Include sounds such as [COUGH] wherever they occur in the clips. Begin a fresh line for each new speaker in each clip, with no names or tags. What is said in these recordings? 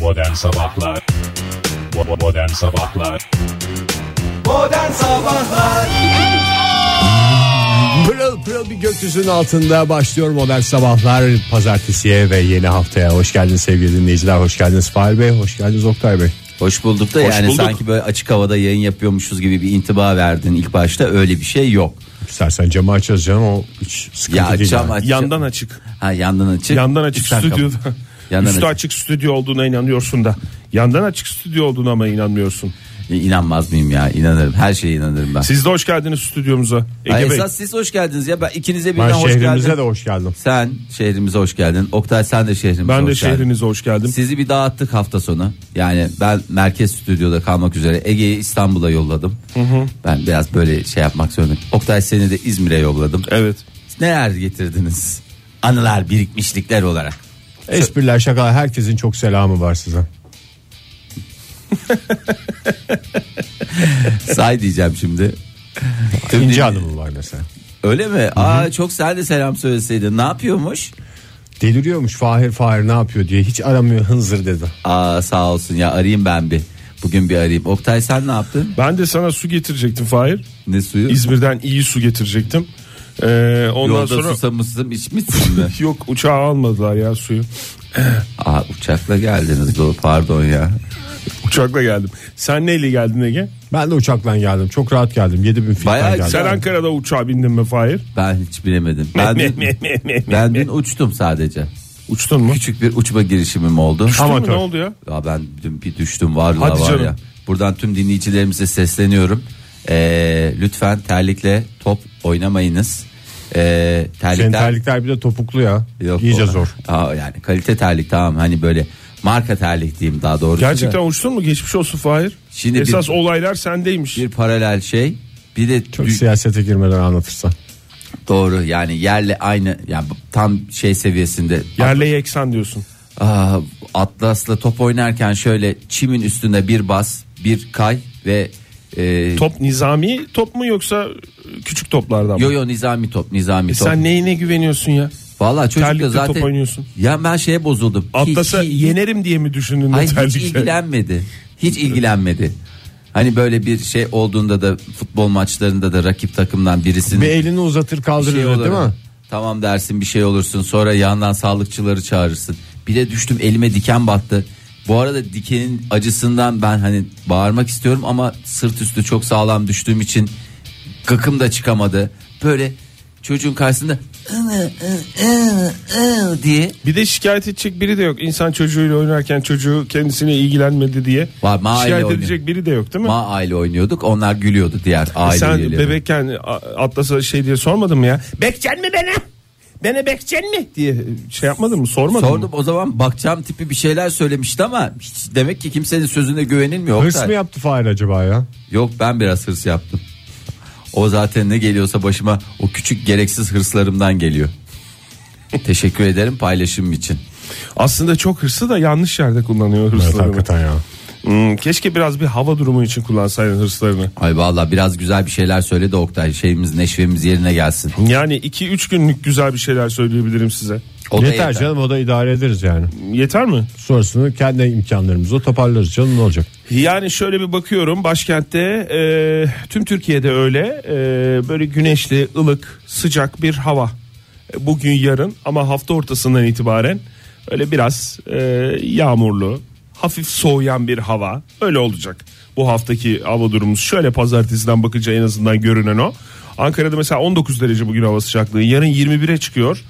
Modern Sabahlar Bo- Modern Sabahlar
Modern Sabahlar
Pırıl pırıl bir gökyüzünün altında başlıyor modern sabahlar pazartesiye ve yeni haftaya. Hoş geldiniz sevgili dinleyiciler, hoş geldiniz Fahir Bey, hoş geldiniz Oktay Bey.
Hoş bulduk da yani
bulduk.
sanki böyle açık havada yayın yapıyormuşuz gibi bir intiba verdin ilk başta öyle bir şey yok.
İstersen camı açacağız canım o hiç sıkıntı
Ya
değil.
cam
yani.
aç-
Yandan açık.
Ha yandan açık.
Yandan açık
Üstten kapat.
stüdyoda.
[LAUGHS] Yandan
Üstü
açık.
açık stüdyo olduğuna inanıyorsun da. Yandan açık stüdyo olduğuna ama inanmıyorsun.
E, İnanmaz mıyım ya inanırım her şeye inanırım ben.
Siz de hoş geldiniz stüdyomuza. Ege
Ha,
Bey.
esas siz hoş geldiniz ya ben ikinize birden
Ben
hoş
şehrimize
geldin.
de hoş geldim.
Sen şehrimize hoş geldin. Oktay sen de şehrimize
Ben
hoş
de
geldin.
şehrinize hoş geldim.
Sizi bir dağıttık hafta sonu. Yani ben merkez stüdyoda kalmak üzere Ege'yi İstanbul'a yolladım. Ben biraz böyle şey yapmak zorundayım. Oktay seni de İzmir'e yolladım.
Evet.
Neler getirdiniz? Anılar birikmişlikler olarak.
Espriler şakalar herkesin çok selamı var size.
Say diyeceğim şimdi. Tüm
İnci
din-
Hanım'ı var mesela.
Öyle mi? Aa çok sen de selam söyleseydin. Ne yapıyormuş?
Deliriyormuş Fahir Fahir ne yapıyor diye hiç aramıyor hınzır dedi.
Aa sağ olsun ya arayayım ben bir. Bugün bir arayayım. Oktay sen ne yaptın?
Ben de sana su getirecektim Fahir.
Ne suyu?
İzmir'den iyi su getirecektim. Ee, ondan
Yolda
sonra
susamışsın içmişsin
[LAUGHS]
mi?
yok uçağa almadılar ya suyu.
Aa uçakla geldiniz doğru pardon ya.
Uçakla geldim. Sen neyle geldin Ege?
Ben de uçakla geldim çok rahat geldim 7000 fitten
Bayağı
geldim.
Sen Ankara'da uçağa bindin mi Fahir?
Ben hiç bilemedim. Ben
Meh,
dün,
meh, meh, meh, meh.
ben dün uçtum sadece.
Uçtun mu?
Küçük bir uçma girişimim oldu.
Uçtun mu? Ne oldu ya?
Ya ben dün bir düştüm var
Hadi
var
canım.
ya. Buradan tüm dinleyicilerimize sesleniyorum. Ee, lütfen terlikle top oynamayınız. Ee,
Senin
terlikler
terlikler bir de topuklu ya.
Yok,
İyice
o-
zor.
Aa, yani kalite terlik tamam hani böyle marka terlik diyeyim daha doğrusu.
Gerçekten
da.
uçtun mu? Geçmiş olsun Fahir.
Şimdi bir-
Esas olaylar sendeymiş.
bir paralel şey. Bir de
Çok
dü-
siyasete girmeden anlatırsan.
doğru yani yerle aynı yani bu- tam şey seviyesinde
Yerle yeksan diyorsun.
Aa, Atlas'la top oynarken şöyle çimin üstünde bir bas, bir kay ve e,
Top nizami top mu yoksa küçük toplardan mı?
yo yo nizami top, nizami
E
top.
Sen neyine güveniyorsun ya?
Vallahi çocuk
terlikle
da zaten
top oynuyorsun.
Ya ben şeye bozuldum.
Atlas'a şey.
Hiç- hiç-
yenerim diye mi düşündün
Hayır,
Hayır,
hiç ilgilenmedi. Hiç ilgilenmedi. Hani böyle bir şey olduğunda da futbol maçlarında da rakip takımdan birisinin
Bir elini uzatır kaldırır Şey değil
olur.
mi?
Şey Tamam dersin bir şey olursun sonra yandan sağlıkçıları çağırırsın. Bir de düştüm elime diken battı. Bu arada dikenin acısından ben hani bağırmak istiyorum ama sırt üstü çok sağlam düştüğüm için gıkım da çıkamadı. Böyle çocuğun karşısında "Iı, ı, ı, ı" diye
Bir de şikayet edecek biri de yok. İnsan çocuğuyla oynarken çocuğu kendisine ilgilenmedi diye.
Var, mahalle
şikayet
oynuyor.
edecek biri de yok değil mi?
ma aile oynuyorduk onlar gülüyordu diğer
E
aile
Sen
üyeleri.
bebekken a- Atlas'a şey diye sormadın mı ya? Bekçen mi bana? Bana bekçen mi? Diye şey yapmadın mı? Sormadın
Sordum
mı?
o zaman bakacağım tipi bir şeyler söylemişti ama hiç, demek ki kimsenin sözüne güvenilmiyor.
Hırs
Oktay.
mı yaptı Fahir acaba ya?
Yok ben biraz hırs yaptım. O zaten ne geliyorsa başıma o küçük gereksiz hırslarımdan geliyor. Teşekkür ederim paylaşım için.
Aslında çok hırsı da yanlış yerde kullanıyor
Evet,
hırslarını.
hakikaten ya.
Hmm, keşke biraz bir hava durumu için kullansaydın hırslarını.
Ay valla biraz güzel bir şeyler söyle de Oktay şeyimiz neşvemiz yerine gelsin.
Yani 2-3 günlük güzel bir şeyler söyleyebilirim size.
O da
yeter, canım o da idare ederiz yani.
Yeter mi?
Sonrasını kendi imkanlarımızla toparlarız canım ne olacak?
Yani şöyle bir bakıyorum başkentte e, tüm Türkiye'de öyle e, böyle güneşli, ılık, sıcak bir hava. E, Bugün yarın ama hafta ortasından itibaren öyle biraz e, yağmurlu, hafif soğuyan bir hava öyle olacak. Bu haftaki hava durumumuz şöyle pazartesiden bakınca en azından görünen o. Ankara'da mesela 19 derece bugün hava sıcaklığı yarın 21'e çıkıyor.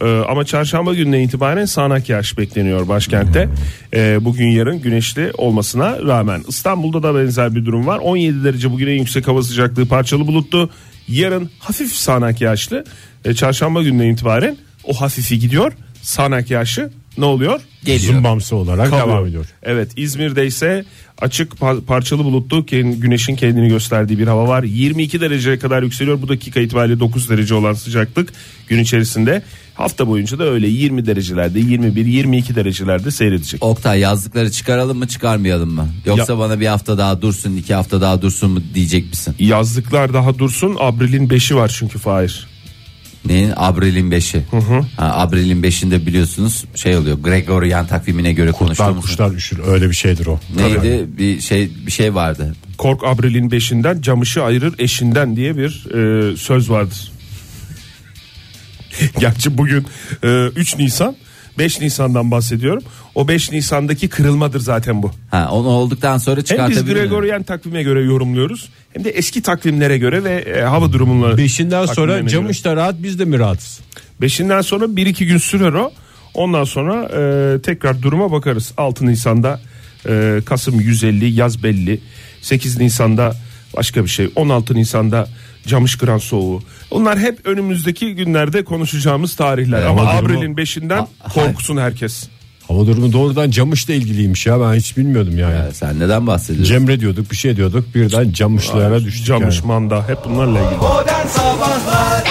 Ee, ama çarşamba gününe itibaren sağanak yağış bekleniyor başkentte. Ee, bugün yarın güneşli olmasına rağmen. İstanbul'da da benzer bir durum var. 17 derece bugün en yüksek hava sıcaklığı parçalı bulutlu. Yarın hafif sağanak yağışlı. Ee, çarşamba gününe itibaren o hafifi gidiyor. Sağanak yağışı ne oluyor?
Geliyor.
Zımbamsı olarak devam ediyor.
Evet İzmir'de ise açık pa- parçalı bulutlu ken- güneşin kendini gösterdiği bir hava var. 22 dereceye kadar yükseliyor. Bu dakika itibariyle 9 derece olan sıcaklık gün içerisinde hafta boyunca da öyle 20 derecelerde 21-22 derecelerde seyredecek.
Oktay yazlıkları çıkaralım mı çıkarmayalım mı? Yoksa bana bir hafta daha dursun iki hafta daha dursun mu diyecek misin?
Yazlıklar daha dursun Abril'in 5'i var çünkü Fahir.
Neyin? Abril'in 5'i. Ha, Abril'in 5'inde biliyorsunuz şey oluyor. Gregorian takvimine göre
Kuşlar
konuştuğumuz.
kuşlar üşür öyle bir şeydir o.
Neydi? Bir şey bir şey vardı.
Kork Abril'in beşinden camışı ayırır eşinden diye bir e, söz vardır. [LAUGHS] Gerçi bugün e, 3 Nisan 5 Nisan'dan bahsediyorum. O 5 Nisan'daki kırılmadır zaten bu.
Ha onu olduktan sonra
Hem biz
çıkartabilir miyim?
Gregorian takvime göre yorumluyoruz hem de eski takvimlere göre ve e, hava durumuna.
Beşinden sonra
Takvimlerine
Camış da rahat biz de mi rahatız?
5'inden sonra 1-2 gün sürer o. Ondan sonra e, tekrar duruma bakarız. 6 Nisan'da e, Kasım 150 yaz belli. 8 Nisan'da başka bir şey. 16 Nisan'da Camış Kıran Soğuğu. Onlar hep önümüzdeki günlerde konuşacağımız tarihler.
E,
Ama
hava durumu-
Abril'in 5'inden korksun herkes.
Hava durumu doğrudan Camış'la ilgiliymiş ya ben hiç bilmiyordum yani.
Ya Sen neden bahsediyorsun?
Cemre diyorduk bir şey diyorduk birden Camış'lara düştük.
Camış,
yani.
manda hep bunlarla ilgili.
Modern Sabahlar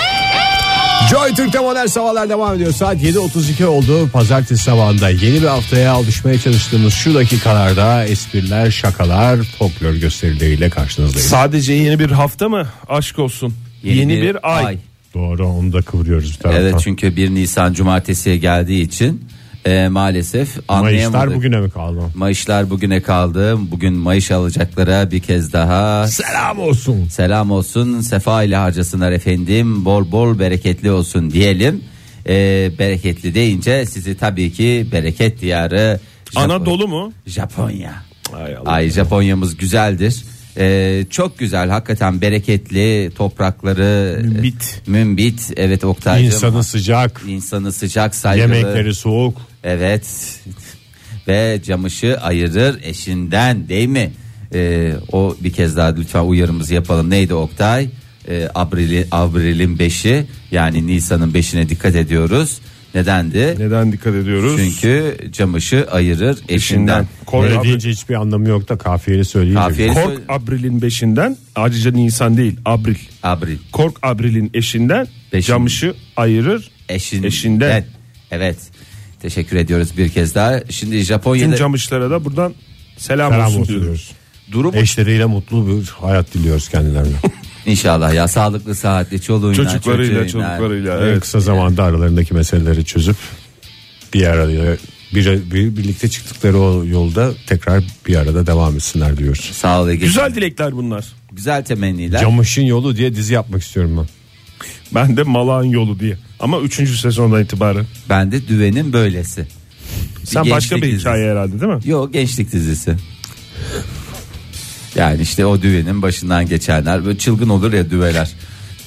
Joy Türk'te modern sabahlar devam ediyor. Saat 7.32 oldu. Pazartesi sabahında yeni bir haftaya alışmaya çalıştığımız şu dakikalarda espriler, şakalar, folklor gösterileriyle karşınızdayız.
Sadece yeni bir hafta mı? Aşk olsun. Yeni, bir, ay.
Doğru onu da kıvırıyoruz bir taraftan.
Evet çünkü 1 Nisan cumartesiye geldiği için e, maalesef anlayamadık.
Mayıslar bugüne mi kaldı?
Mayışlar bugüne kaldı. Bugün Mayış alacaklara bir kez daha
Selam olsun.
selam olsun. Sefa ile harcasınlar efendim. Bol bol bereketli olsun diyelim. E, bereketli deyince sizi tabii ki bereket diyarı Japon-
Anadolu mu?
Japonya.
Ay Allah.
Ay Japonya'mız güzeldir. Ee, çok güzel hakikaten bereketli toprakları
Mümbit.
e, mümbit evet Oktay'cığım
İnsanı sıcak,
insanı sıcak saygılı
yemekleri soğuk.
evet ve camışı ayırır eşinden değil mi Ee, o bir kez daha lütfen uyarımızı yapalım neydi Oktay ee, Abril'i- Abril'in 5'i yani Nisan'ın 5'ine dikkat ediyoruz nedendi
Neden dikkat ediyoruz?
çünkü camışı ayırır eşinden.
Eşinden. Kore
Öyle
Abri-
deyince hiçbir anlamı yok da kafiyeli söyleyince.
Kafiyeli-
Kork Abril'in beşinden ayrıca Nisan değil Abril.
Abril.
Kork Abril'in eşinden
Beşin.
camışı ayırır
Eşinden.
eşinden.
Evet. Teşekkür ediyoruz bir kez daha. Şimdi
Tüm
Japonya'da
camışlara da buradan selam,
Selam
olsun,
olsun
diyoruz.
diyoruz.
durum
Eşleriyle mutlu bir hayat diliyoruz kendilerine.
inşallah ya sağlıklı saatli çoluğuyla
Çocuklarıyla
çocuğuyla.
çocuklarıyla.
En
Evet.
kısa zamanda aralarındaki meseleleri çözüp bir araya bir, bir- birlikte çıktıkları o yolda tekrar bir arada devam etsinler diyoruz.
Sağ ol Ege. Güzel.
Güzel dilekler bunlar.
temenniler.
Camış'ın yolu diye dizi yapmak istiyorum ben.
Ben de Malağın yolu diye. Ama 3. sezondan itibaren.
Ben de düvenin böylesi.
Sen
gençlik
başka bir
dizisi.
hikaye herhalde değil mi?
Yok gençlik dizisi. Yani işte o düvenin başından geçenler böyle çılgın olur ya düveler.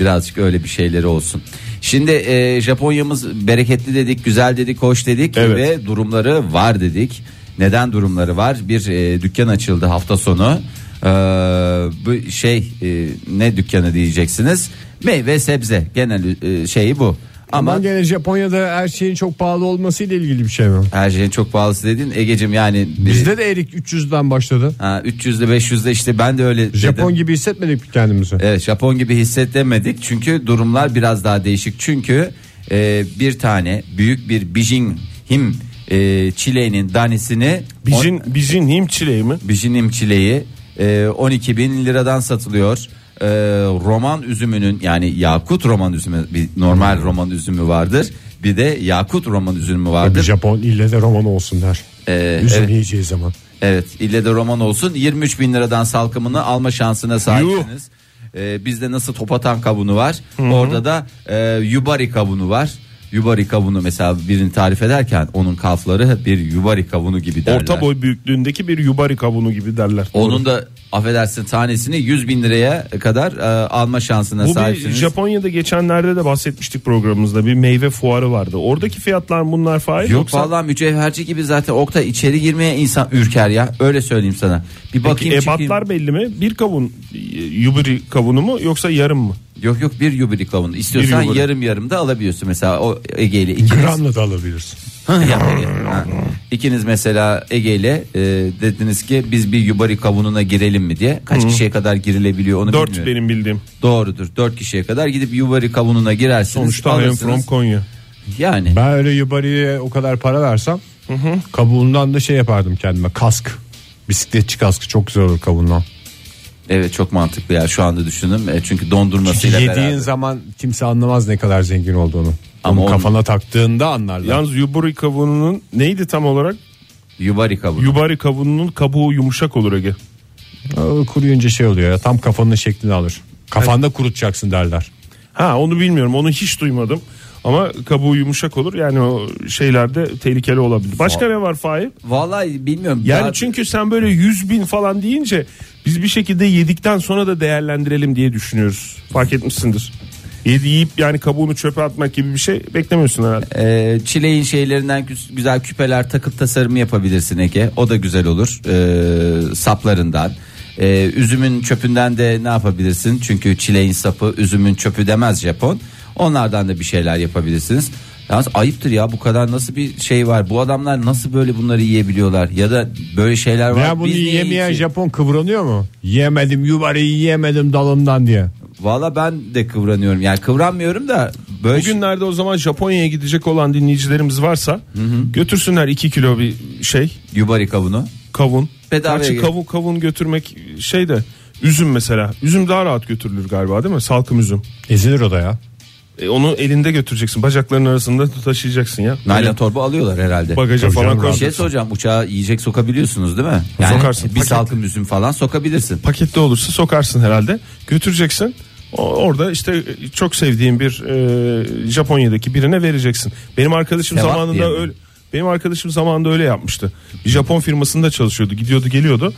Birazcık öyle bir şeyleri olsun. Şimdi e, Japonya'mız bereketli dedik, güzel dedik, hoş dedik
Evet.
ve durumları var dedik. Neden durumları var? Bir e, dükkan açıldı hafta sonu. Ee, bu şey e, ne dükkanı diyeceksiniz? Meyve sebze genel e, şeyi bu. Ama
Ama gene Japonya'da her şeyin çok pahalı olmasıyla ilgili bir şey mi?
her şeyin çok pahalısı dedin Egecim yani
Bizde de erik 300'den başladı.
Ha, 300'lü 500'lü işte ben de E, öyle dedim.
Japon gibi hissetmedik mi kendimizi?
Evet Japon gibi hissedemedik çünkü durumlar biraz daha değişik. Çünkü e, bir tane büyük bir Bijin Him e, çileğinin danesini
Bijin, bijin him çileği mi?
on- Bijin Him çileği e, 12 bin liradan satılıyor. E, roman üzümünün yani yakut roman üzümü bir normal roman üzümü vardır. Bir de yakut roman üzümü
Tabii
vardır.
Japon ille de roman olsun der.
Ee,
Üzüm
evet.
yiyeceği zaman.
Evet ille de roman olsun 23 bin liradan salkımını alma şansına sahipsiniz. Ee, bizde nasıl topatan kavunu var orada da e, yubari kavunu var. Yubari kavunu mesela birini tarif ederken onun kalfları bir yubari kavunu gibi derler.
Orta boy büyüklüğündeki bir yubari kavunu gibi derler.
Onun da affedersin tanesini 100 bin liraya kadar e, alma şansına
Bu bir
sahipsiniz.
Japonya'da geçenlerde de bahsetmiştik programımızda bir meyve fuarı vardı. Oradaki fiyatlar bunlar faiz
Yok
yoksa
vallahi mücevherci gibi zaten Okta içeri girmeye insan ürker ya öyle söyleyeyim sana. Bir
Peki e,
bakayım çıkayım.
ebatlar belli mi? Bir kavun e, yubari kavunu mu yoksa yarım mı?
Yok yok bir yubili kavunu istiyorsan
Bir yubari.
yarım yarım da alabiliyorsun mesela o Ege ile ikiniz.
Gramla da alabilirsin.
Ha, ya, ya. Ha. İkiniz mesela Ege ile e, dediniz ki biz bir yubari kavununa girelim mi diye. Kaç kişiye kadar girilebiliyor onu
Dört
bilmiyorum.
benim bildiğim.
Doğrudur. 4 kişiye kadar gidip yubari kavununa girersiniz.
Sonuçta I am
alırsınız.
from Konya.
Yani
Ben öyle yubariye o kadar para versem kabuğundan da şey yapardım kendime kask. Bisikletçi kaskı çok güzel olur kabuğundan.
Evet çok mantıklı ya şu anda düşündüm. E, çünkü dondurmasıyla
Yediğin
beraber.
zaman kimse anlamaz ne kadar zengin olduğunu.
Ama
Ama
onun-
kafana taktığında anlarlar.
Yalnız yubari kabuğunun neydi tam olarak?
Yubari kabuğu.
Yubari kabuğunun kabuğu yumuşak olur Ege.
Aa, Kuruyunca şey oluyor ya tam kafanın şeklini alır. Kafanda kurutacaksın derler.
Ha onu bilmiyorum onu hiç duymadım. Ama kabuğu yumuşak olur yani o şeylerde tehlikeli olabilir. Başka ne var Fahir?
Vallahi bilmiyorum.
Yani
daha-
çünkü sen böyle 100 bin falan deyince biz bir şekilde yedikten sonra da değerlendirelim diye düşünüyoruz. Fark etmişsindir. Yedi yiyip yani kabuğunu çöpe atmak gibi bir şey beklemiyorsun herhalde.
Ee, çileğin şeylerinden güz- güzel küpeler takıp tasarımı yapabilirsin Ege. O da güzel olur. Ee, saplarından. Ee, üzümün çöpünden de ne yapabilirsin? Çünkü çileğin sapı üzümün çöpü demez Japon. Onlardan da bir şeyler yapabilirsiniz. Yalnız ayıptır ya bu kadar nasıl bir şey var? Bu adamlar nasıl böyle bunları yiyebiliyorlar? Ya da böyle şeyler var.
Veya bunu
biz niye
yemeyen
yiyici-
Japon kıvranıyor mu? Yemedim yuvarıyı yiyemedim dalımdan diye.
Valla ben de kıvranıyorum. Yani kıvranmıyorum da böyle
E,
şey-
Bugünlerde o zaman Japonya'ya gidecek olan dinleyicilerimiz varsa götürsünler 2 kilo bir şey
yubari kavunu.
kavun.
Bedavaya
Gerçi
gel-
kavun kavun götürmek şey de üzüm mesela. Üzüm daha rahat götürülür galiba değil mi? Salkım üzüm.
Ezilir o da ya.
E, onu elinde götüreceksin. Bacakların arasında taşıyacaksın ya.
Naylon torba alıyorlar herhalde.
Bagaja
Tabii
falan
canım,
koy.
Bir şey soracağım uçağa yiyecek sokabiliyorsunuz değil mi? Yani
Sokarsın,
Bir
paketli.
salkım üzüm falan sokabilirsin.
pakette olursa sokarsın herhalde. Götüreceksin. O- Orada işte çok sevdiğim bir e, Japonya'daki birine vereceksin. Benim arkadaşım
Sevap diye
zamanında
mi?
öyle benim arkadaşım zamanında öyle yapmıştı. Bir Japon firmasında çalışıyordu. Gidiyordu, geliyordu.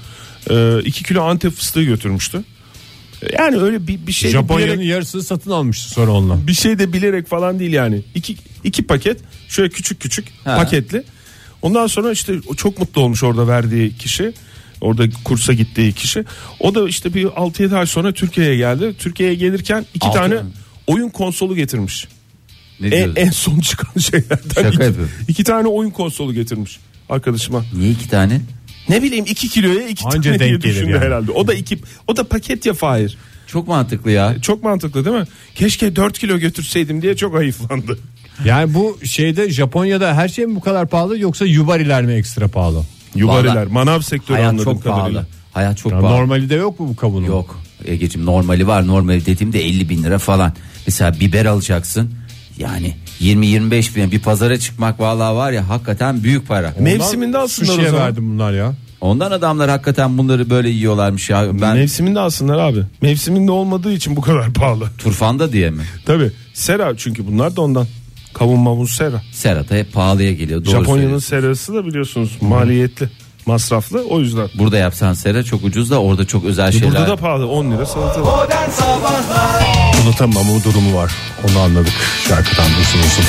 2 kilo Antep fıstığı götürmüştü. Yani öyle bir bir şey
Japonya'nın
bilerek,
yarısını satın almıştı sonra onunla.
bir şey de bilerek falan değil yani. İki, iki paket şöyle küçük küçük
Ha.
paketli. Ondan sonra işte o çok mutlu olmuş orada verdiği kişi. Orada kursa gittiği kişi. O da işte bir 6-7 ay sonra Türkiye'ye geldi. Türkiye'ye gelirken iki
Altı
tane
ay mı?
oyun konsolu getirmiş.
Ne
En,
diyorsun?
en son çıkan şeylerden.
Şaka
iki,
yapıyorum.
iki tane oyun konsolu getirmiş arkadaşıma.
Niye iki tane?
Ne bileyim 2 kiloya 2
Anca
tane diye
denk gelir
düşündü
yani.
herhalde. O da iki o da paket ya Fahir.
Çok mantıklı ya.
Çok mantıklı değil mi? Keşke 4 kilo götürseydim diye çok ayıflandı.
Yani bu şeyde Japonya'da her şey mi bu kadar pahalı yoksa yubariler mi ekstra pahalı?
Yubariler, manav sektörü
Hayat
anladığım
çok
kadarıyla.
pahalı. Hayat çok
Ya
pahalı.
normali de yok mu bu kavunun?
Yok Egeciğim normali var normali dediğimde 50 bin lira falan. Mesela biber alacaksın yani 20-25 bin bir pazara çıkmak vallahi var ya hakikaten büyük para.
Ondan
Mevsiminde alsınlar
sushi'ye
o zaman.
verdim bunlar ya.
Ondan adamlar hakikaten bunları böyle yiyorlarmış ya. Ben
Mevsiminde alsınlar abi. Mevsiminde olmadığı için bu kadar [LAUGHS] pahalı.
turfanda diye mi?
Tabi sera çünkü bunlar da ondan. Kavun mavun sera.
Serata hep pahalıya geliyor. Doğru
Japonya'nın
söylüyorsun.
serası da biliyorsunuz maliyetli, masraflı o yüzden.
Burada yapsan sera çok ucuz da orada çok özel şeyler.
Burada da pahalı 10 lira salata. var.
Modern Sabahlar
Unutamam o durumu var. Onu anladık şarkıdan uzun uzun.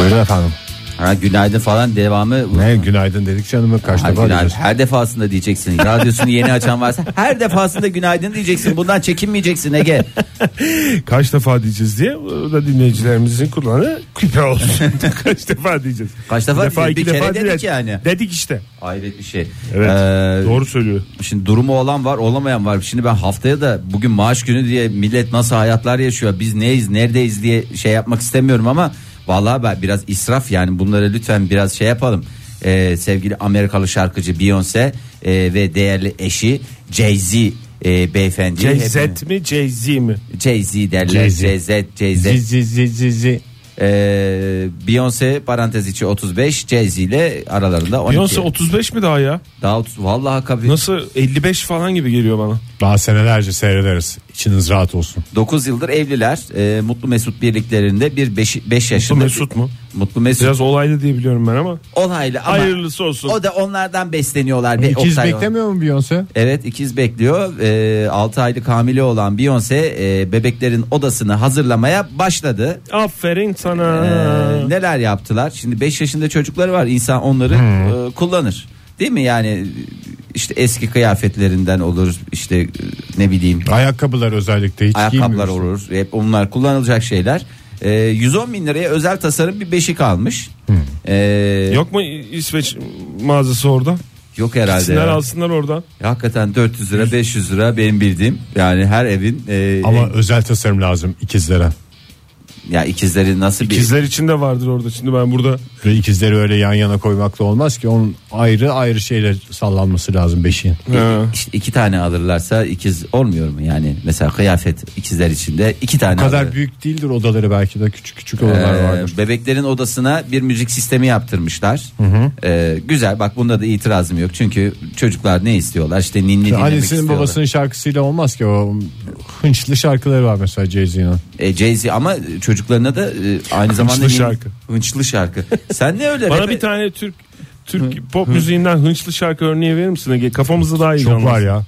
Buyurun efendim.
Ha, günaydın falan devamı.
Ne günaydın dedik canım kaç
Ha,
defa
günaydın.
arıyoruz.
Her defasında diyeceksin. Radyosunu yeni açan varsa her defasında günaydın diyeceksin. Bundan çekinmeyeceksin Ege.
Kaç defa diyeceğiz diye e, o da dinleyicilerimizin kulağına küpe olsun. [LAUGHS] Kaç defa diyeceğiz.
Kaç defa diyeceğiz? Bir
iki
kere
diyeceğiz.
dedik yani.
Dedik işte.
Hayret bir şey.
Evet.
Ee,
Doğru söylüyor.
Şimdi durumu olan var olamayan var. Şimdi ben haftaya da bugün maaş günü diye millet nasıl hayatlar yaşıyor. Biz neyiz neredeyiz diye şey yapmak istemiyorum ama vallahi ben biraz israf yani bunlara lütfen biraz şey yapalım. Ee, sevgili Amerikalı şarkıcı Beyoncé e, ve değerli eşi Jay-Z e, beyefendi.
Jay-Z mi Jay-Z mi?
Jay-Z derler.
Jay-Z.
Jay-Z. Jay-Z.
Zi zi zi zi zi.
Ee, Beyoncé parantez içi 35 Jay-Z ile aralarında 12.
Beyoncé 35 mi daha ya?
Daha 30, vallahi kabul.
Nasıl 55 falan gibi geliyor bana.
Daha senelerce seyrederiz. İçiniz rahat olsun.
9 yıldır evliler. Ee, Mutlu Mesut birliklerinde bir 5 yaşında.
Mesut mu?
Mutlu Mesut.
Biraz olaylı diye biliyorum ben ama.
Olaylı ama
Hayırlısı olsun.
o da onlardan besleniyorlar. Be,
İkiz
Oktay-
beklemiyor mu Beyoncé?
Evet ikiz bekliyor. Ee, 6 aylık hamile olan Beyoncé e, bebeklerin odasını hazırlamaya başladı.
Aferin sana.
Ee, neler yaptılar? Şimdi 5 yaşında çocukları var. İnsan onları e, kullanır. Değil mi? Yani işte eski kıyafetlerinden olur. işte e, ne bileyim
Ayakkabılar özellikle hiç
ayakkabılar
giymiyorsun.
olur. Hep onlar kullanılacak şeyler. Ee, 110 bin liraya özel tasarım bir beşik almış. Ee, yok.
Yok mu İsveç mağazası orada?
herhalde.
Sinler
ya.
alsınlar oradan.
Hakikaten 400 lira 500 lira benim bildiğim. Yani her evin e,
Ama özel tasarım lazım ikizlere.
Ya ikizleri nasıl bir
İkizler için de vardır orada. Şimdi ben burada
Ve ikizleri öyle yan yana koymak da olmaz ki onun ayrı ayrı şeyler sallanması lazım beşiğin.
Ha.
İşte iki tane alırlarsa ikiz olmuyor mu? Yani mesela kıyafet ikizler içinde iki tane
O kadar
alır.
büyük değildir odaları belki de küçük küçük
Ee,
odalar vardır.
bebeklerin odasına bir müzik sistemi yaptırmışlar. Ee, güzel bak bunda da itirazım yok. Çünkü çocuklar ne istiyorlar? İşte ninni dinlemek
Annesinin
istiyorlar.
babasının şarkısıyla olmaz ki o hınçlı şarkıları var mesela Jay-Z'nin.
E, Jay-Z ama çocuklarına da e, aynı zamanda
Hınçlı
ninni-
şarkı.
Hınçlı şarkı. Sen ne öyle?
bana
rap'e-
bir tane Türk Türk pop müziğinden hınçlı şarkı örneği verir misin? Ege? Kafamızda daha iyi
Çok
anlarız.
var ya.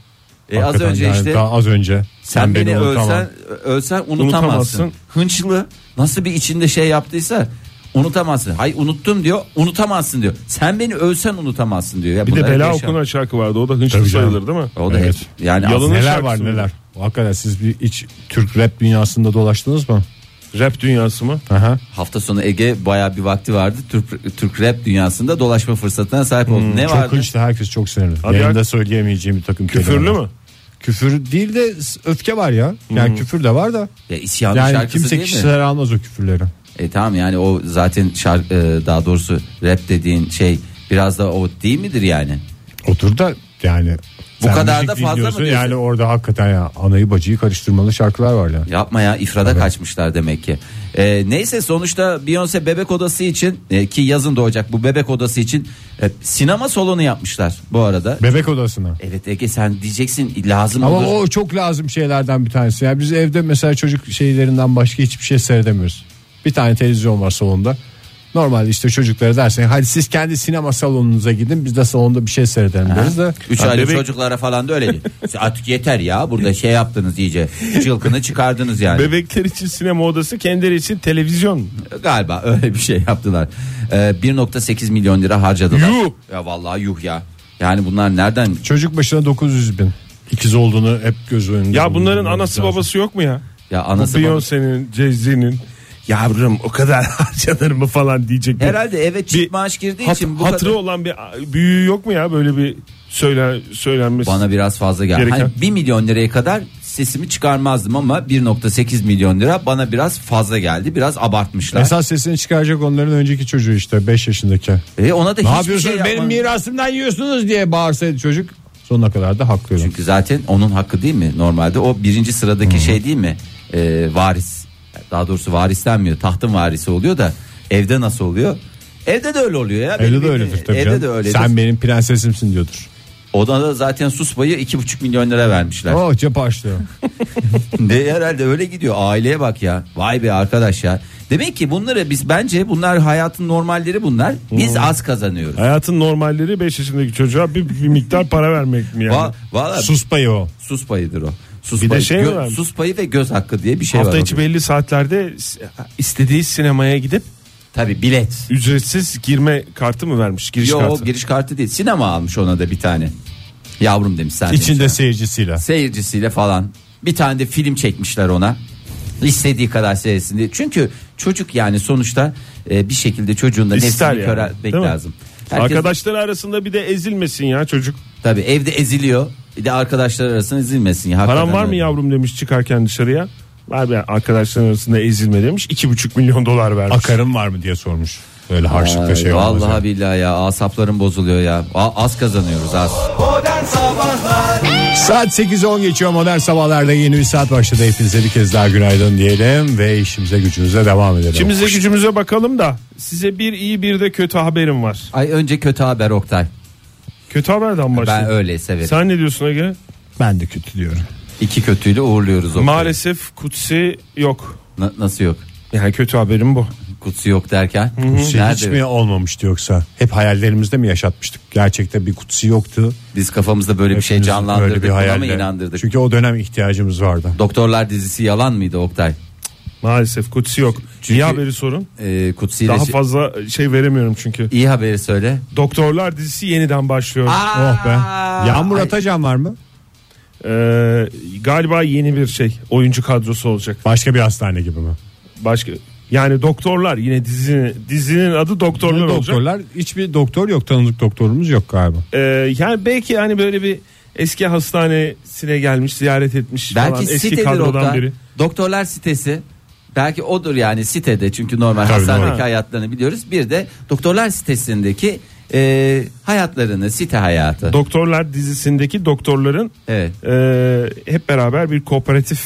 E, az
Hakikaten
önce
yani
işte
daha az önce.
sen, beni,
unutamam.
ölsen ölsen unutamazsın.
Unutamazsın.
Hınçlı nasıl bir içinde şey yaptıysa unutamazsın. Hay unuttum diyor. Unutamazsın diyor. Sen beni ölsen unutamazsın diyor. Ya
Bir de
bunlar
bela
yaşam.
okunan şarkı vardı. O da hınçlı
Tabii canım.
sayılır değil mi?
O da
Evet.
hep- yani
Yalanın
aslında-
Neler
şarkısı
var
mı?
neler. Hakikaten siz bir iç Türk rap dünyasında dolaştınız mı?
Rap dünyası mı?
Aha.
hafta sonu Ege bayağı bir vakti vardı. Türk Türk rap dünyasında dolaşma fırsatına sahip oldu.
Hmm,
ne
çok
vardı?
hınçlı herkes çok sinirli.
Abi
Yayında
ya-
söyleyemeyeceğim bir takım
Küfürlü
kelimeler.
mü?
Küfür değil de öfke var ya. Yani küfür de var da.
Ya isyanın
Yani
şarkısı
kimse
değil mi?
kişiler almaz o küfürleri.
E tamam yani o zaten şarkı daha doğrusu rap dediğin şey biraz da o değil midir yani?
Otur da yani
Bu
sen
kadar
müzik
da fazla mı
dinliyorsun,
diyorsun?
Yani orada hakikaten ya anayı bacıyı karıştırmalı şarkılar var yani.
Yapma ya ifrada kaçmışlar demek ki. E, neyse sonuçta Beyoncé bebek odası için e, ki yazın doğacak bu bebek odası için e, sinema salonu yapmışlar bu arada.
Bebek odasına.
evet Ege sen diyeceksin lazım
Ama
olur.
o çok lazım şeylerden bir tanesi. Yani biz evde mesela çocuk şeylerinden başka hiçbir şey seyredemiyoruz. Bir tane televizyon var salonda. Normalde işte çocuklara dersen hadi siz kendi sinema salonunuza gidin biz de salonda bir şey seyredelim deriz de.
Üç
Ha,
aylık
bebek-
çocuklara falan da öyle diyor. Artık yeter ya burada şey yaptınız iyice.
[LAUGHS]
Çılkını çıkardınız yani.
Bebekler için sinema odası, kendileri için televizyon.
Galiba öyle bir şey yaptılar. Ee, 1.8 milyon lira harcadılar.
Yuh!
Ya vallahi yuh ya. Yani bunlar nereden?
Çocuk başına 900 bin. İkiz olduğunu hep göz önünde.
Ya bunların
bulundurmamız
anası
lazım.
babası yok mu ya?
Ya
Bu
anası bab-
Beyoncé'nin, Jay-Z'nin yavrum o kadar [LAUGHS] harcanır mı falan diyecek. bir-
herhalde eve çift
Bir
maaş girdiği
hat-
için bu
hatırı
kadar.
olan bir büyüğü yok mu ya böyle bir söyle söylenmesi.
Bana biraz fazla geldi.
Gereken-
Hani 1 milyon liraya kadar sesimi çıkarmazdım ama 1.8 milyon lira bana biraz fazla geldi. Biraz abartmışlar.
Esas sesini çıkaracak onların önceki çocuğu işte 5 yaşındaki.
E ona da
Ne
hiçbir
yapıyorsunuz
şey
benim
yapmadım.
mirasımdan yiyorsunuz diye bağırsaydı çocuk sonuna kadar da haklı. olan.
Çünkü zaten onun hakkı değil mi? Normalde o birinci sıradaki şey değil mi? Ee, varis. Daha doğrusu varislenmiyor. Tahtın varisi oluyor da evde nasıl oluyor? Evde de öyle oluyor ya.
Evde
Benim
de
bildiğim-
öyledir tabii.
Evde
canım.
de öyledir.
Sen benim prensesimsin diyordur.
Ona da zaten sus payı iki buçuk milyon lira vermişler.
Oh cep açtı.
De herhalde öyle gidiyor. Aileye bak ya. Vay be arkadaş ya. Demek ki bunları biz bence bunlar hayatın normalleri bunlar. Biz az kazanıyoruz.
Hayatın normalleri 5 yaşındaki çocuğa bir, bir miktar para vermek mi yani?
Va- Valla
Sus payı o.
sus payıdır o. Sus
Bir de
payı,
şey
gö-
var.
sus payı ve göz hakkı diye bir şey
Hafta
var.
içi belli saatlerde s- istediği sinemaya gidip
Tabii bilet.
ücretsiz girme kartı mı vermiş? Giriş
Yo
kartı.
giriş kartı değil. Sinema almış ona da bir tane. Yavrum demiş sen. demiş
İçinde
ona.
seyircisiyle.
seyircisiyle falan. Bir tane de film çekmişler ona. İstediği kadar seyretsin diye. Çünkü çocuk yani sonuçta e, bir şekilde çocuğun da
İster
nefsini
yani.
köreltmek
Değil mi?
lazım. Herkes,
Arkadaşları arasında bir de ezilmesin ya çocuk.
Tabii evde eziliyor. Bir de arkadaşlar arasında ezilmesin.
Param
Hakikaten
var mı
öyle.
yavrum demiş çıkarken dışarıya. Var bir arkadaşların arasında ezilme demiş. 2,5 milyon dolar vermiş.
Akarım var mı diye sormuş. Öyle harçlıkta
Ay,
şey olmaz.
Vallahi
yani.
billahi ya asaplarım bozuluyor ya. A- az kazanıyoruz az.
Modern Sabahlar
Saat 8.10 geçiyor modern sabahlarda yeni bir saat başladı. Hepinize bir kez daha günaydın diyelim ve işimize gücümüze devam edelim.
İçimize gücümüze bakalım da size bir iyi bir de kötü haberim var.
Ay önce kötü haber Oktay.
Kötü haberden
Ben
başlayayım.
öyle severim.
Sen ne diyorsun Ege?
ben de kötü diyorum.
İki kötüyle uğurluyoruz Oktay.
Maalesef kutsi yok.
Na- nasıl yok?
Yani kötü haberim bu.
Kutusu yok derken.
Kutsi
Nerede
Şey, hiç mi olmamıştı yoksa? Hep hayallerimizde mi yaşatmıştık? Gerçekte bir kutsi yoktu.
Biz kafamızda böyle bir şey
Hepimiz
canlandırdık
öyle
buna mı
hayalle.
inandırdık?
Çünkü o dönem ihtiyacımız vardı.
Doktorlar dizisi yalan mıydı Oktay?
Maalesef kutsi yok.
Çünkü-
iyi haberi sorun.
Ee, Kutsi ile
Daha
şey-
fazla şey veremiyorum çünkü.
iyi haberi söyle.
Doktorlar dizisi yeniden başlıyor.
Oh be. Yağmur
Ay,
Atacan var mı?
Ee, galiba yeni bir şey oyuncu kadrosu olacak.
Başka bir hastane gibi mi?
Başka yani doktorlar yine dizi dizinin adı doktorlar olacak.
doktorlar hiçbir doktor yok tanıdık doktorumuz yok galiba.
Ee, yani belki hani böyle bir eski hastanesine gelmiş ziyaret etmiş
Belki
falan eski
sitedir
kadrodan
Oktay.
biri.
Doktorlar sitesi. Belki odur yani sitede çünkü normal
Tabii,
hastanedeki
normal.
hayatlarını biliyoruz. Bir de doktorlar sitesindeki e, hayatlarını, site hayatı.
Doktorlar dizisindeki doktorların
evet.
e, hep beraber bir kooperatif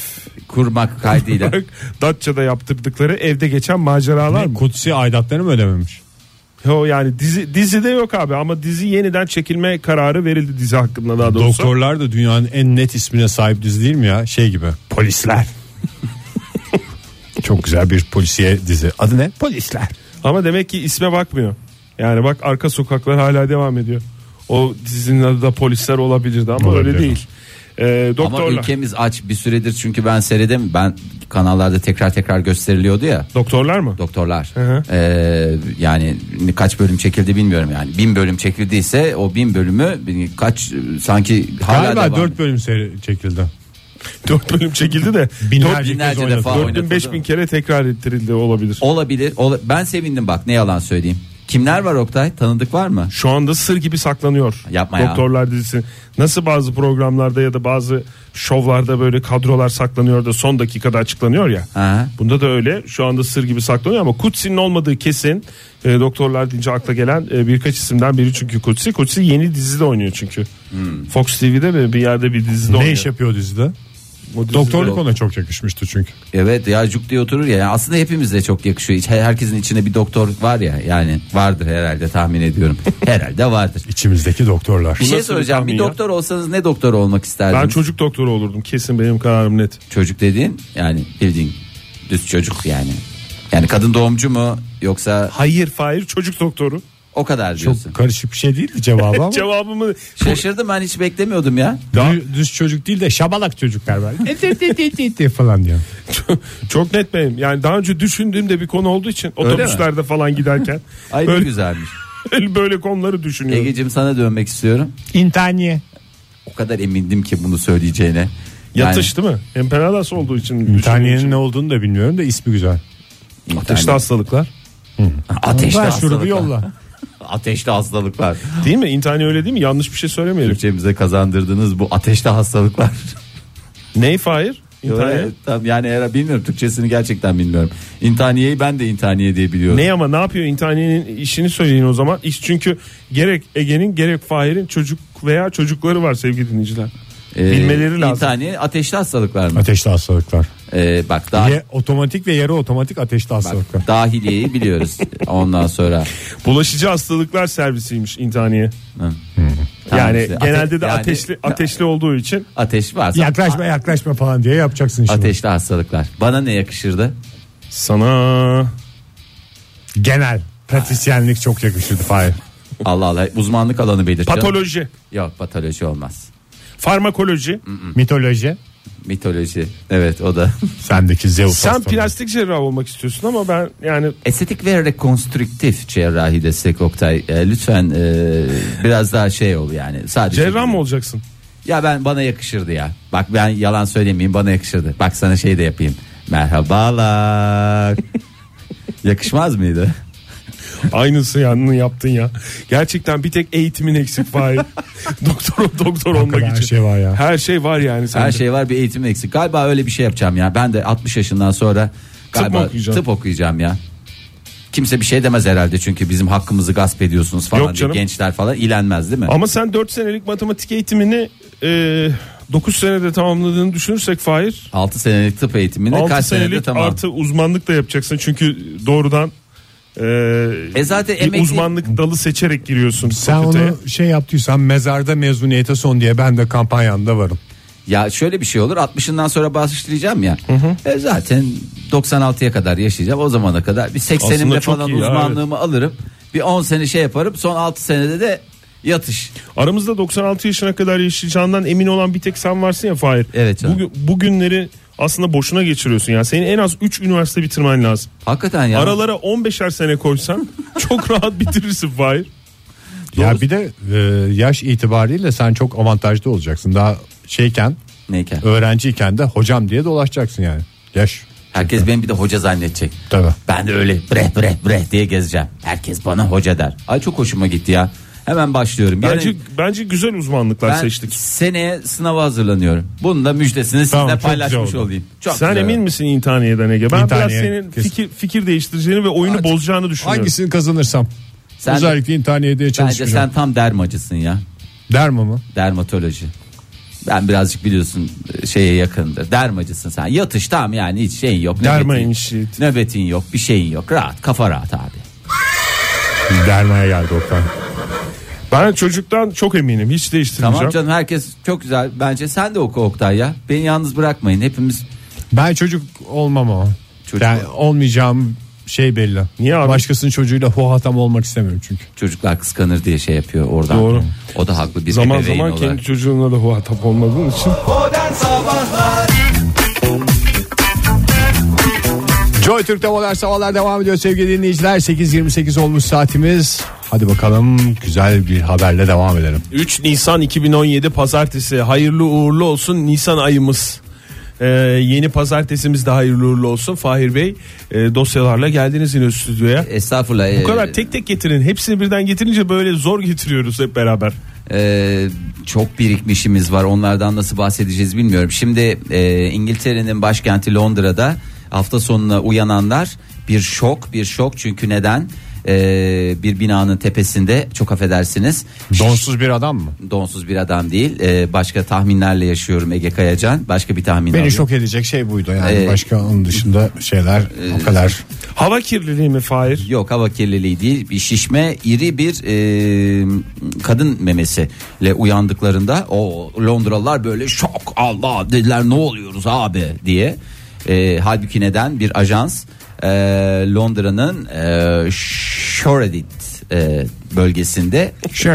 Kurmak
[LAUGHS]
kaydıyla.
olarak Datça'da yaptırdıkları evde geçen maceralar mı?
Kutsi aidatlarını mı ödememiş?
Yo yani dizi dizide yok abi ama dizi yeniden çekilme kararı verildi dizi hakkında daha doğrusu.
Doktorlar da dünyanın en net ismine sahip dizi değil mi ya? Şey gibi. Polisler. [LAUGHS] Çok güzel bir polisiye dizi. Adı ne? Polisler.
Ama demek ki isme bakmıyor. Yani bak arka sokaklar hala devam ediyor. O dizinin adı da polisler olabilirdi ama
Olabilir.
öyle değil. E,
Ama
doktorlar.
ülkemiz aç bir süredir çünkü ben seyredem ben kanallarda tekrar tekrar gösteriliyordu ya.
Doktorlar mı?
doktorlar.
hı.
Ee, yani kaç bölüm çekildi bilmiyorum yani. Bin bölüm çekildiyse o bin bölümü kaç sanki hala
Galiba
devam-
4 bölüm seri çekildi.
[LAUGHS] Dört bölüm çekildi de
Binlerce,
dört-
binlerce
kez oynadı.
defa
dört
oynatıldı.
bin beş bin kere tekrar ettirildi olabilir.
Olabilir. ola- ben sevindim bak ne yalan söyleyeyim. Kimler var Oktay? Tanıdık var mı?
Şu anda sır gibi saklanıyor.
Yapma ya.
Doktorlar dizisi. Nasıl bazı programlarda ya da bazı şovlarda böyle kadrolar saklanıyor da son dakikada açıklanıyor ya.
Ha.
Bunda da öyle. Şu anda sır gibi saklanıyor ama Kutsi'nin olmadığı kesin. E, doktorlar deyince akla gelen e, birkaç isimden biri çünkü Kutsi. Kutsi yeni dizide oynuyor çünkü. Fox TV'de mi bir yerde bir dizide
Hmm. Ne
oynuyor.
iş yapıyor dizide?
O dizide-
Doktorluk ona çok yakışmıştı çünkü.
Evet ya cuk diye oturur ya. Yani aslında hepimizde çok yakışıyor. Hiç- Herkesin içinde bir doktor var ya. Yani vardır herhalde tahmin
[LAUGHS]
ediyorum. herhalde vardır.
İçimizdeki doktorlar.
Bir şey
nasıl bir
soracağım. Bir
tahmin ya?
doktor olsanız ne doktor olmak isterdiniz?
Ben çocuk doktoru olurdum. Kesin benim kararım net.
Çocuk dediğin yani bildiğin düz çocuk yani. Yani kadın doğumcu mu yoksa
Hayır Fahir çocuk doktoru.
o kadar diyorsun.
Çok karışık bir şey değildi cevabı
[LAUGHS]
ama.
Cevabımı
Şaşırdım ben hiç beklemiyordum ya.
Dü- düz çocuk değil de şabalak çocuklar var. E, falan diyor.
Çok net benim. Yani daha önce düşündüğümde bir konu olduğu için
Öyle
otobüslerde falan giderken
[LAUGHS] Ay ne
böyle, [LAUGHS]
güzelmiş.
böyle konuları düşünüyorum.
Ege'cim sana dönmek istiyorum.
İntaniye.
O kadar emindim ki bunu söyleyeceğine. Yani-
Yatış değil mi? Empanadas olduğu için. düşündüğüm
İntaniyenin
için.
ne olduğunu da bilmiyorum da ismi güzel.
Ateşli hastalıklar.
ateşli
Ver
hastalıklar.
şurubu
[LAUGHS]
yolla.
Ateşli hastalıklar.
Değil mi? İntihane öyle değil mi? Yanlış bir şey söylemeyelim.
Türkçemize kazandırdığınız bu ateşli
[LAUGHS]
hastalıklar.
Ney Fahir? İntihane.
Öyle, tam yani era bilmiyorum Türkçesini gerçekten bilmiyorum. İntaniyeyi ben de intaniye diye biliyorum.
Ne ama ne yapıyor İntihane'nin işini söyleyin o zaman. İş çünkü gerek Ege'nin gerek Fahir'in çocuk veya çocukları var sevgili dinleyiciler.
Ee,
bilmeleri lazım.
İntaniye ateşli hastalıklar mı?
Ateşli hastalıklar.
Ee, bak daha
Ye, otomatik ve yarı otomatik ateşli hastalıklar.
dahiliyeyi biliyoruz. Ondan sonra
Bulaşıcı hastalıklar servisiymiş İntihane.
Tamam
yani
işte. Ate-
genelde de
yani-
ateşli ateşli olduğu için
ateş varsa
Yaklaşma yaklaşma falan diye yapacaksın şimdi.
ateşli hastalıklar. Bana ne yakışırdı?
sana
Genel. Pratisyenlik çok yakışırdı Fahir.
Allah Allah uzmanlık alanı belirtiyor.
patoloji,
Yok patoloji olmaz.
farmakoloji,
Mitoloji.
Mitoloji. Evet o da. [LAUGHS]
Sendeki Zeus
Sen
hastalığı.
plastik cerrah olmak istiyorsun ama ben yani
Estetik ve rekonstrüktif cerrahi destek Oktay. Ee, lütfen e, biraz daha şey ol yani. Sadece
cerrah mı olacaksın?
Ya ben bana yakışırdı ya. Bak ben yalan söylemeyeyim bana yakışırdı. Bak sana şey de yapayım.
[LAUGHS]
Merhabalar. Yakışmaz mıydı?
Aynısı yanını yaptın ya. Gerçekten bir tek eğitimin
[LAUGHS]
eksik Fahir. doktor doktor olmak
kadar
için.
her şey var ya.
Her şey var yani sende.
Her şey var bir eğitim eksik. Galiba öyle bir şey yapacağım ya. Ben de 60 yaşından sonra galiba tıp,
okuyacaksın?
okuyacağım ya. Kimse bir şey demez herhalde çünkü bizim hakkımızı gasp ediyorsunuz falan
Yok
diye
canım.
gençler falan ilenmez değil mi?
Ama sen 4 senelik matematik eğitimini 9 senede tamamladığını düşünürsek Fahir
6 senelik tıp eğitimini
6
kaç senede
senelik
tamam.
artı uzmanlık da yapacaksın. Çünkü doğrudan e,
E zaten
bir
emekli-
uzmanlık dalı seçerek giriyorsun
Sen
fakülteye.
onu şey yaptıysan mezarda mezuniyete son diye ben de kampanyanda varım.
Ya şöyle bir şey olur 60'ından sonra başlayacağım ya. E zaten 96'ya kadar yaşayacağım. O zamana kadar bir 80'imde
Aslında çok
falan
iyi ya,
uzmanlığımı alırım. Bir 10 sene şey yaparım. Son 6 senede de yatış.
Aramızda 96 yaşına kadar yaşayacağından emin olan bir tek sen varsın ya Fahir.
Evet canım.
Bugün, bugünleri aslında boşuna geçiriyorsun. Yani senin en az 3 üniversite bitirmen lazım.
Hakikaten ya.
Aralara 15'er
[LAUGHS]
sene koysan çok rahat bitirirsin Fahir.
Ya bir de e, yaş itibariyle sen çok avantajlı olacaksın. Daha şeyken
Neyken?
öğrenciyken de hocam diye dolaşacaksın yani. Yaş.
Herkes beni bir de hoca zannedecek.
Tabii.
Ben de öyle breh breh breh diye gezeceğim. Herkes bana hoca der. Ay çok hoşuma gitti ya. Hemen başlıyorum. Yarın-
Bence bence güzel uzmanlıklar
ben
seçtik.
seneye sınava hazırlanıyorum. Bunun da müjdesini sizle
Tamam, çok güzel
paylaşmış
oldu.
olayım. Çok
Sen
güzel.
emin misin imtihaniyeden Ege? Ben biraz
İmtihaniye,
senin
kesin.
fikir, fikir değiştireceğini ve oyunu bozacağını düşünüyorum.
Hangisini kazanırsam.
Sen-
özellikle interniyede
Bence
şey
çalışmayacağım.
sen tam dermacısın ya.
Derma mı?
Dermatoloji. Ben birazcık biliyorsun e, şeye yakındır. Dermacısın sen. Yatış tam yani hiç şeyin yok.
Derma
nöbetin-
inşiit.
Nöbetin yok, bir şeyin yok. Rahat, kafa rahat abi.
Dermaya geldi Oktay.
Ben çocuktan çok eminim. Hiç değiştirmeyeceğim.
Tamam canım herkes çok güzel. Bence sen de oku Oktay ya. Beni yalnız bırakmayın. Hepimiz
Ben çocuk olmam ama.
Çocuk
yani olmayacağım şey belli.
Niye abi?
Başkasının çocuğuyla huhatam olmak istemiyorum çünkü.
çocuklar kıskanır diye şey yapıyor oradan.
Doğru.
O da haklı bir
Zaman
ebeveyn
zaman
olarak.
kendi çocuğuna da huhatap olmadığın için.
Modern Sabahlar
Joy Türk'te modern sabahlar devam ediyor sevgili dinleyiciler. 8.28 olmuş saatimiz. Hadi bakalım güzel bir haberle devam edelim.
3 Nisan 2017 pazartesi hayırlı uğurlu olsun Nisan ayımız. Ee, yeni pazartesimiz de hayırlı uğurlu olsun Fahir Bey e, dosyalarla geldiniz yine stüdyoya.
Estağfurullah. e,
Bu kadar tek tek getirin. Hepsini birden getirince böyle zor getiriyoruz hep beraber.
Ee, çok birikmişimiz var. Onlardan nasıl bahsedeceğiz bilmiyorum. Şimdi e, İngiltere'nin başkenti Londra'da hafta sonuna uyananlar bir şok, bir şok. Çünkü neden? Ee, bir binanın tepesinde çok affedersiniz.
Donsuz bir adam mı?
Donsuz bir adam değil. Ee, başka tahminlerle yaşıyorum Ege Kayacan. Başka bir tahmin
Beni
alayım.
şok edecek şey buydu yani
Ee, e,
başka onun dışında şeyler o kadar.
Hava kirliliği mi Fahir?
Yok hava kirliliği değil bir şişme iri bir e, kadın memesiyle uyandıklarında o Londralılar böyle şok Allah dediler ne oluyoruz abi diye. E, halbuki neden bir ajans e, Londra'nın e, Shoredit e, bölgesinde
Şey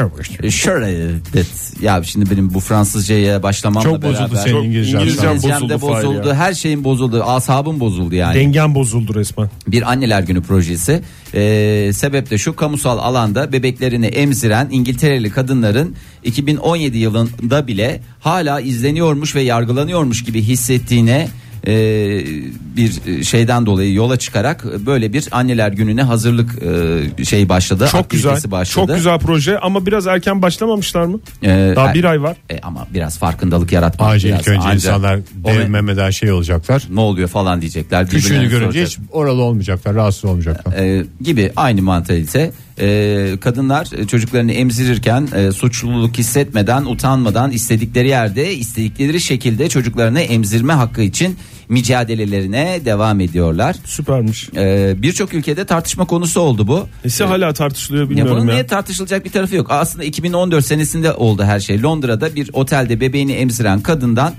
Shoredit ya şimdi benim bu Fransızcaya başlamamla
Çok
beraber.
bozuldu senin İngilizcen.
İngilizcen
İngilizcem de
bozuldu Fahir ya.
bozuldu her şeyin bozuldu asabım bozuldu yani
Dengen bozuldu resmen.
bir anneler günü projesi. Ee, sebep de şu kamusal alanda bebeklerini emziren İngiltereli kadınların 2017 yılında bile hala izleniyormuş ve yargılanıyormuş gibi hissettiğine e, bir şeyden dolayı yola çıkarak böyle bir anneler gününe hazırlık e, şey başladı.
Çok
aktivitesi
güzel.
Başladı.
Çok güzel proje ama biraz erken başlamamışlar mı?
Ee,
Daha
er-
bir ay var.
E, ama biraz farkındalık yaratmak.
Acil
biraz
ilk önce
anca-
insanlar
O ne-
devmemeden şey olacaklar.
ne oluyor falan diyecekler. birbirlerine
Küçüğünü görünce
soracak.
hiç oralı olmayacaklar rahatsız olmayacaklar.
e, gibi aynı mantalite E, kadınlar e, çocuklarını emzirirken e, suçluluk hissetmeden utanmadan istedikleri yerde istedikleri şekilde çocuklarını emzirme hakkı için mücadelelerine devam ediyorlar.
Süpermiş.
E, Birçok ülkede tartışma konusu oldu bu.
Nesi hala tartışılıyor
Ya bunun
bilmiyorum ya.
niye tartışılacak bir tarafı yok. Aslında 2014 senesinde oldu her şey. Londra'da bir otelde bebeğini emziren kadından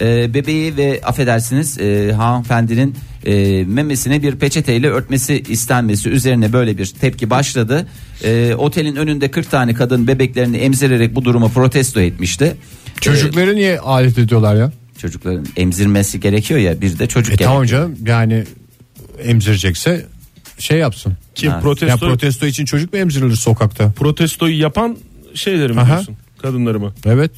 e, bebeği ve affedersiniz e, hanımefendinin e, memesine bir peçeteyle örtmesi istenmesi üzerine böyle bir tepki başladı. E, otelin önünde 40 tane kadın bebeklerini emzirerek bu durumu protesto etmişti. E,
Çocukları niye alet ediyorlar
E,
ya?
Çocukların emzirmesi gerekiyor ya bir de çocuk
E
gerekiyor.
tamam canım yani emzirecekse şey yapsın.
Ki
Ha.
protesto
Ya protesto için çocuk mu emzirilir sokakta?
protestoyu yapan şeyleri mi
Aha.
diyorsun? Kadınları mı?
Evet.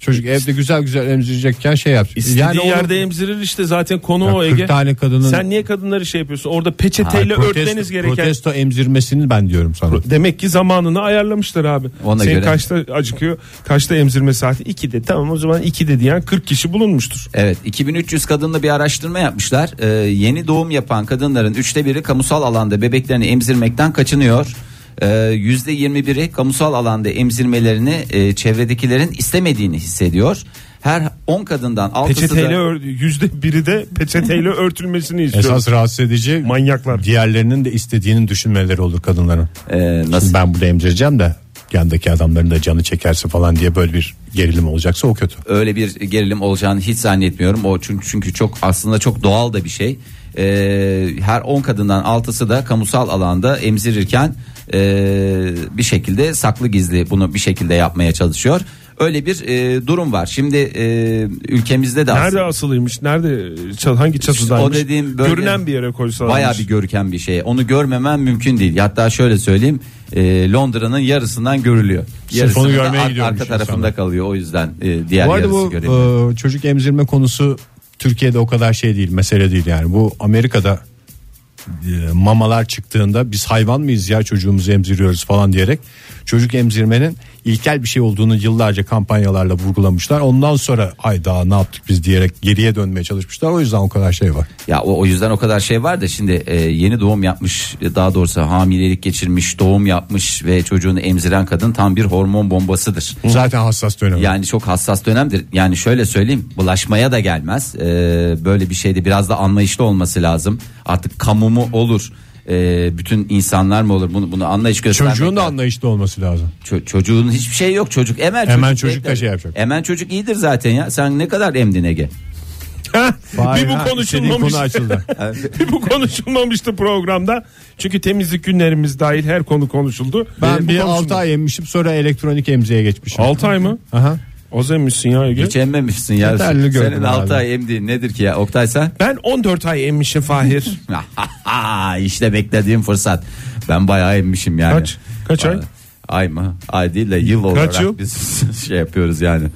Çocuk evde güzel güzel emzirecekken şey yapsın.
İstediği
onu-
yerde emzirir işte zaten konu
Ya
o
40
Ege.
tane kadının
Sen niye kadınları şey yapıyorsun? Orada peçeteyle
protesto,
örtmeniz gereken.
protesto emzirmesini ben diyorum sana.
Demek ki zamanını ayarlamışlar abi.
Ona
Senin
göre.
kaçta acıkıyor? Kaçta emzirme saati? 2'de. Tamam o zaman 2'de diyen 40 kişi bulunmuştur.
Evet 2300 kadınla bir araştırma yapmışlar. Ee, yeni doğum yapan kadınların üçte biri kamusal alanda bebeklerini emzirmekten kaçınıyor. Ee, Yüzde 21'i kamusal alanda emzirmelerini e, çevredekilerin istemediğini hissediyor. Her 10 kadından 6'sı
Peçeteyle
da
ör- yüzde biri de peçeteyle [LAUGHS] örtülmesini istiyor.
Esas rahatsız edici
Manyaklar.
diğerlerinin de istediğinin düşünmeleri olur kadınların.
Ee, nasıl?
Şimdi ben burada emzireceğim de yandaki adamların da canı çekerse falan diye böyle bir gerilim olacaksa o kötü.
öyle bir gerilim olacağını hiç zannetmiyorum. O çünkü çünkü çok aslında çok doğal da bir şey. Ee, her 10 kadından 6'sı da kamusal alanda emzirirken ee, bir şekilde saklı gizli bunu bir şekilde yapmaya çalışıyor. Öyle bir ee, durum var. Şimdi ee, ülkemizde de
Nerede
aslında-
asılıymış? Nerede? ça- Hangi çatıdaymış?
o dediğim bölge-
Görünen bir yere koysalarmış.
Bayağı bir görüken bir şey. Onu görmemen mümkün değil. Hatta şöyle söyleyeyim. ee, Londra'nın yarısından görülüyor. Yarısının
onu
da
görmeye
ar-
gidiyormuş
arka tarafında
insanlar.
kalıyor. O yüzden ee, diğer
bu arada
yarısı
bu
göremiyor.
e, çocuk emzirme konusu Türkiye'de o kadar şey değil mesele değil yani. Bu Amerika'da e, mamalar çıktığında biz hayvan mıyız ya çocuğumuzu emziriyoruz falan diyerek çocuk emzirmenin ilkel bir şey olduğunu yıllarca kampanyalarla vurgulamışlar. Ondan sonra ay daha ne yaptık biz diyerek geriye dönmeye çalışmışlar. O yüzden o kadar şey var.
Ya o, o yüzden o kadar şey var da şimdi e, yeni doğum yapmış e, daha doğrusu hamilelik geçirmiş doğum yapmış ve çocuğunu emziren kadın tam bir hormon bombasıdır.
Zaten hassas dönem.
Yani çok hassas dönemdir. Yani şöyle söyleyeyim bulaşmaya da gelmez. Ee, böyle bir şeyde biraz da anlayışlı olması lazım. Artık kamu mu olur? Ee, bütün insanlar mı olur? Bunu, bunu anlayış göstermek
Çocuğun da
lazım.
anlayışlı olması lazım.
Ço- çocuğun hiçbir şey yok çocuk. Hemen,
Hemen çocuk da
yeter.
şey yapacak.
Hemen çocuk iyidir zaten ya. Sen ne kadar emdin Ege?
[LAUGHS] bir bu
Ha, istediğin
konuşulmamış.
konu açıldı.
[LAUGHS] bir bu konuşulmamıştı programda. Çünkü temizlik günlerimiz dahil her konu konuşuldu. Ee,
ben bir 6
6
ay emmişim sonra elektronik emziğe geçmişim.
6 ay mı?
Aha.
O zaman mısın ya Ege?
Hiç emmemişsin ya.
Yeterli
Senin
gördüm
6
abi.
ay emdiğin nedir ki ya Oktay sen?
Ben 14 ay emmişim Fahir.
[LAUGHS] işte beklediğim fırsat. Ben bayağı emmişim yani.
Kaç? Kaç ay?
Ay mı? Ay değil de yıl olarak
yıl?
biz [LAUGHS] şey yapıyoruz yani.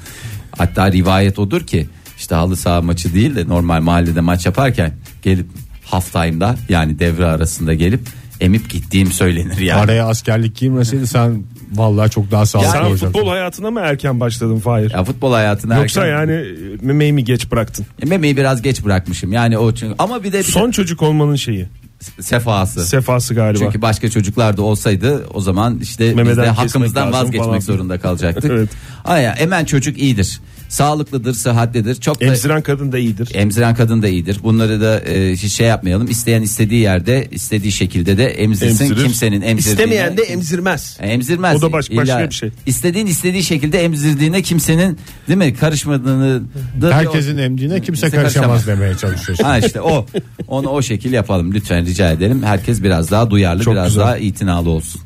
Hatta rivayet odur ki işte halı saha maçı değil de normal mahallede maç yaparken gelip halftime'da yani devre arasında gelip emip gittiğim söylenir yani.
Araya askerlik girmeseydi sen vallahi çok daha sağlıklı
Sen
olacaktın.
futbol hayatına mı erken başladın Fahir?
Ya futbol hayatına
Yoksa
erken-
yani e, memeyi mi geç bıraktın?
memeyi biraz geç bırakmışım. Yani o çünkü ama bir de bir
Son çocuk olmanın şeyi.
sefası.
Sefası galiba.
Çünkü başka çocuklar da olsaydı o zaman işte biz
Memeden
de
kesmek
hakkımızdan
lazım
vazgeçmek
falan.
zorunda kalacaktık.
[LAUGHS] Evet.
Aya emen çocuk iyidir. Sağlıklıdır, sıhhatlidir. Çok da
Emziren kadın da iyidir.
emziren kadın da iyidir. Bunları da e, hiç şey yapmayalım. İsteyen istediği yerde, istediği şekilde de emzirsin.
Emzirir.
Kimsenin emzirdiğine.
İstemeyen de emzirmez.
E, Emzirmez.
O da baş- başka bir şey.
İstediğin istediği şekilde emzirdiğine kimsenin değil mi karışmadığını da
Herkesin emdiğine kimse
Kimse karışamaz.
karışamaz demeye çalışıyorsun.
Ha işte o. Onu o şekil yapalım lütfen rica edelim. Herkes biraz daha duyarlı, biraz daha itinalı olsun.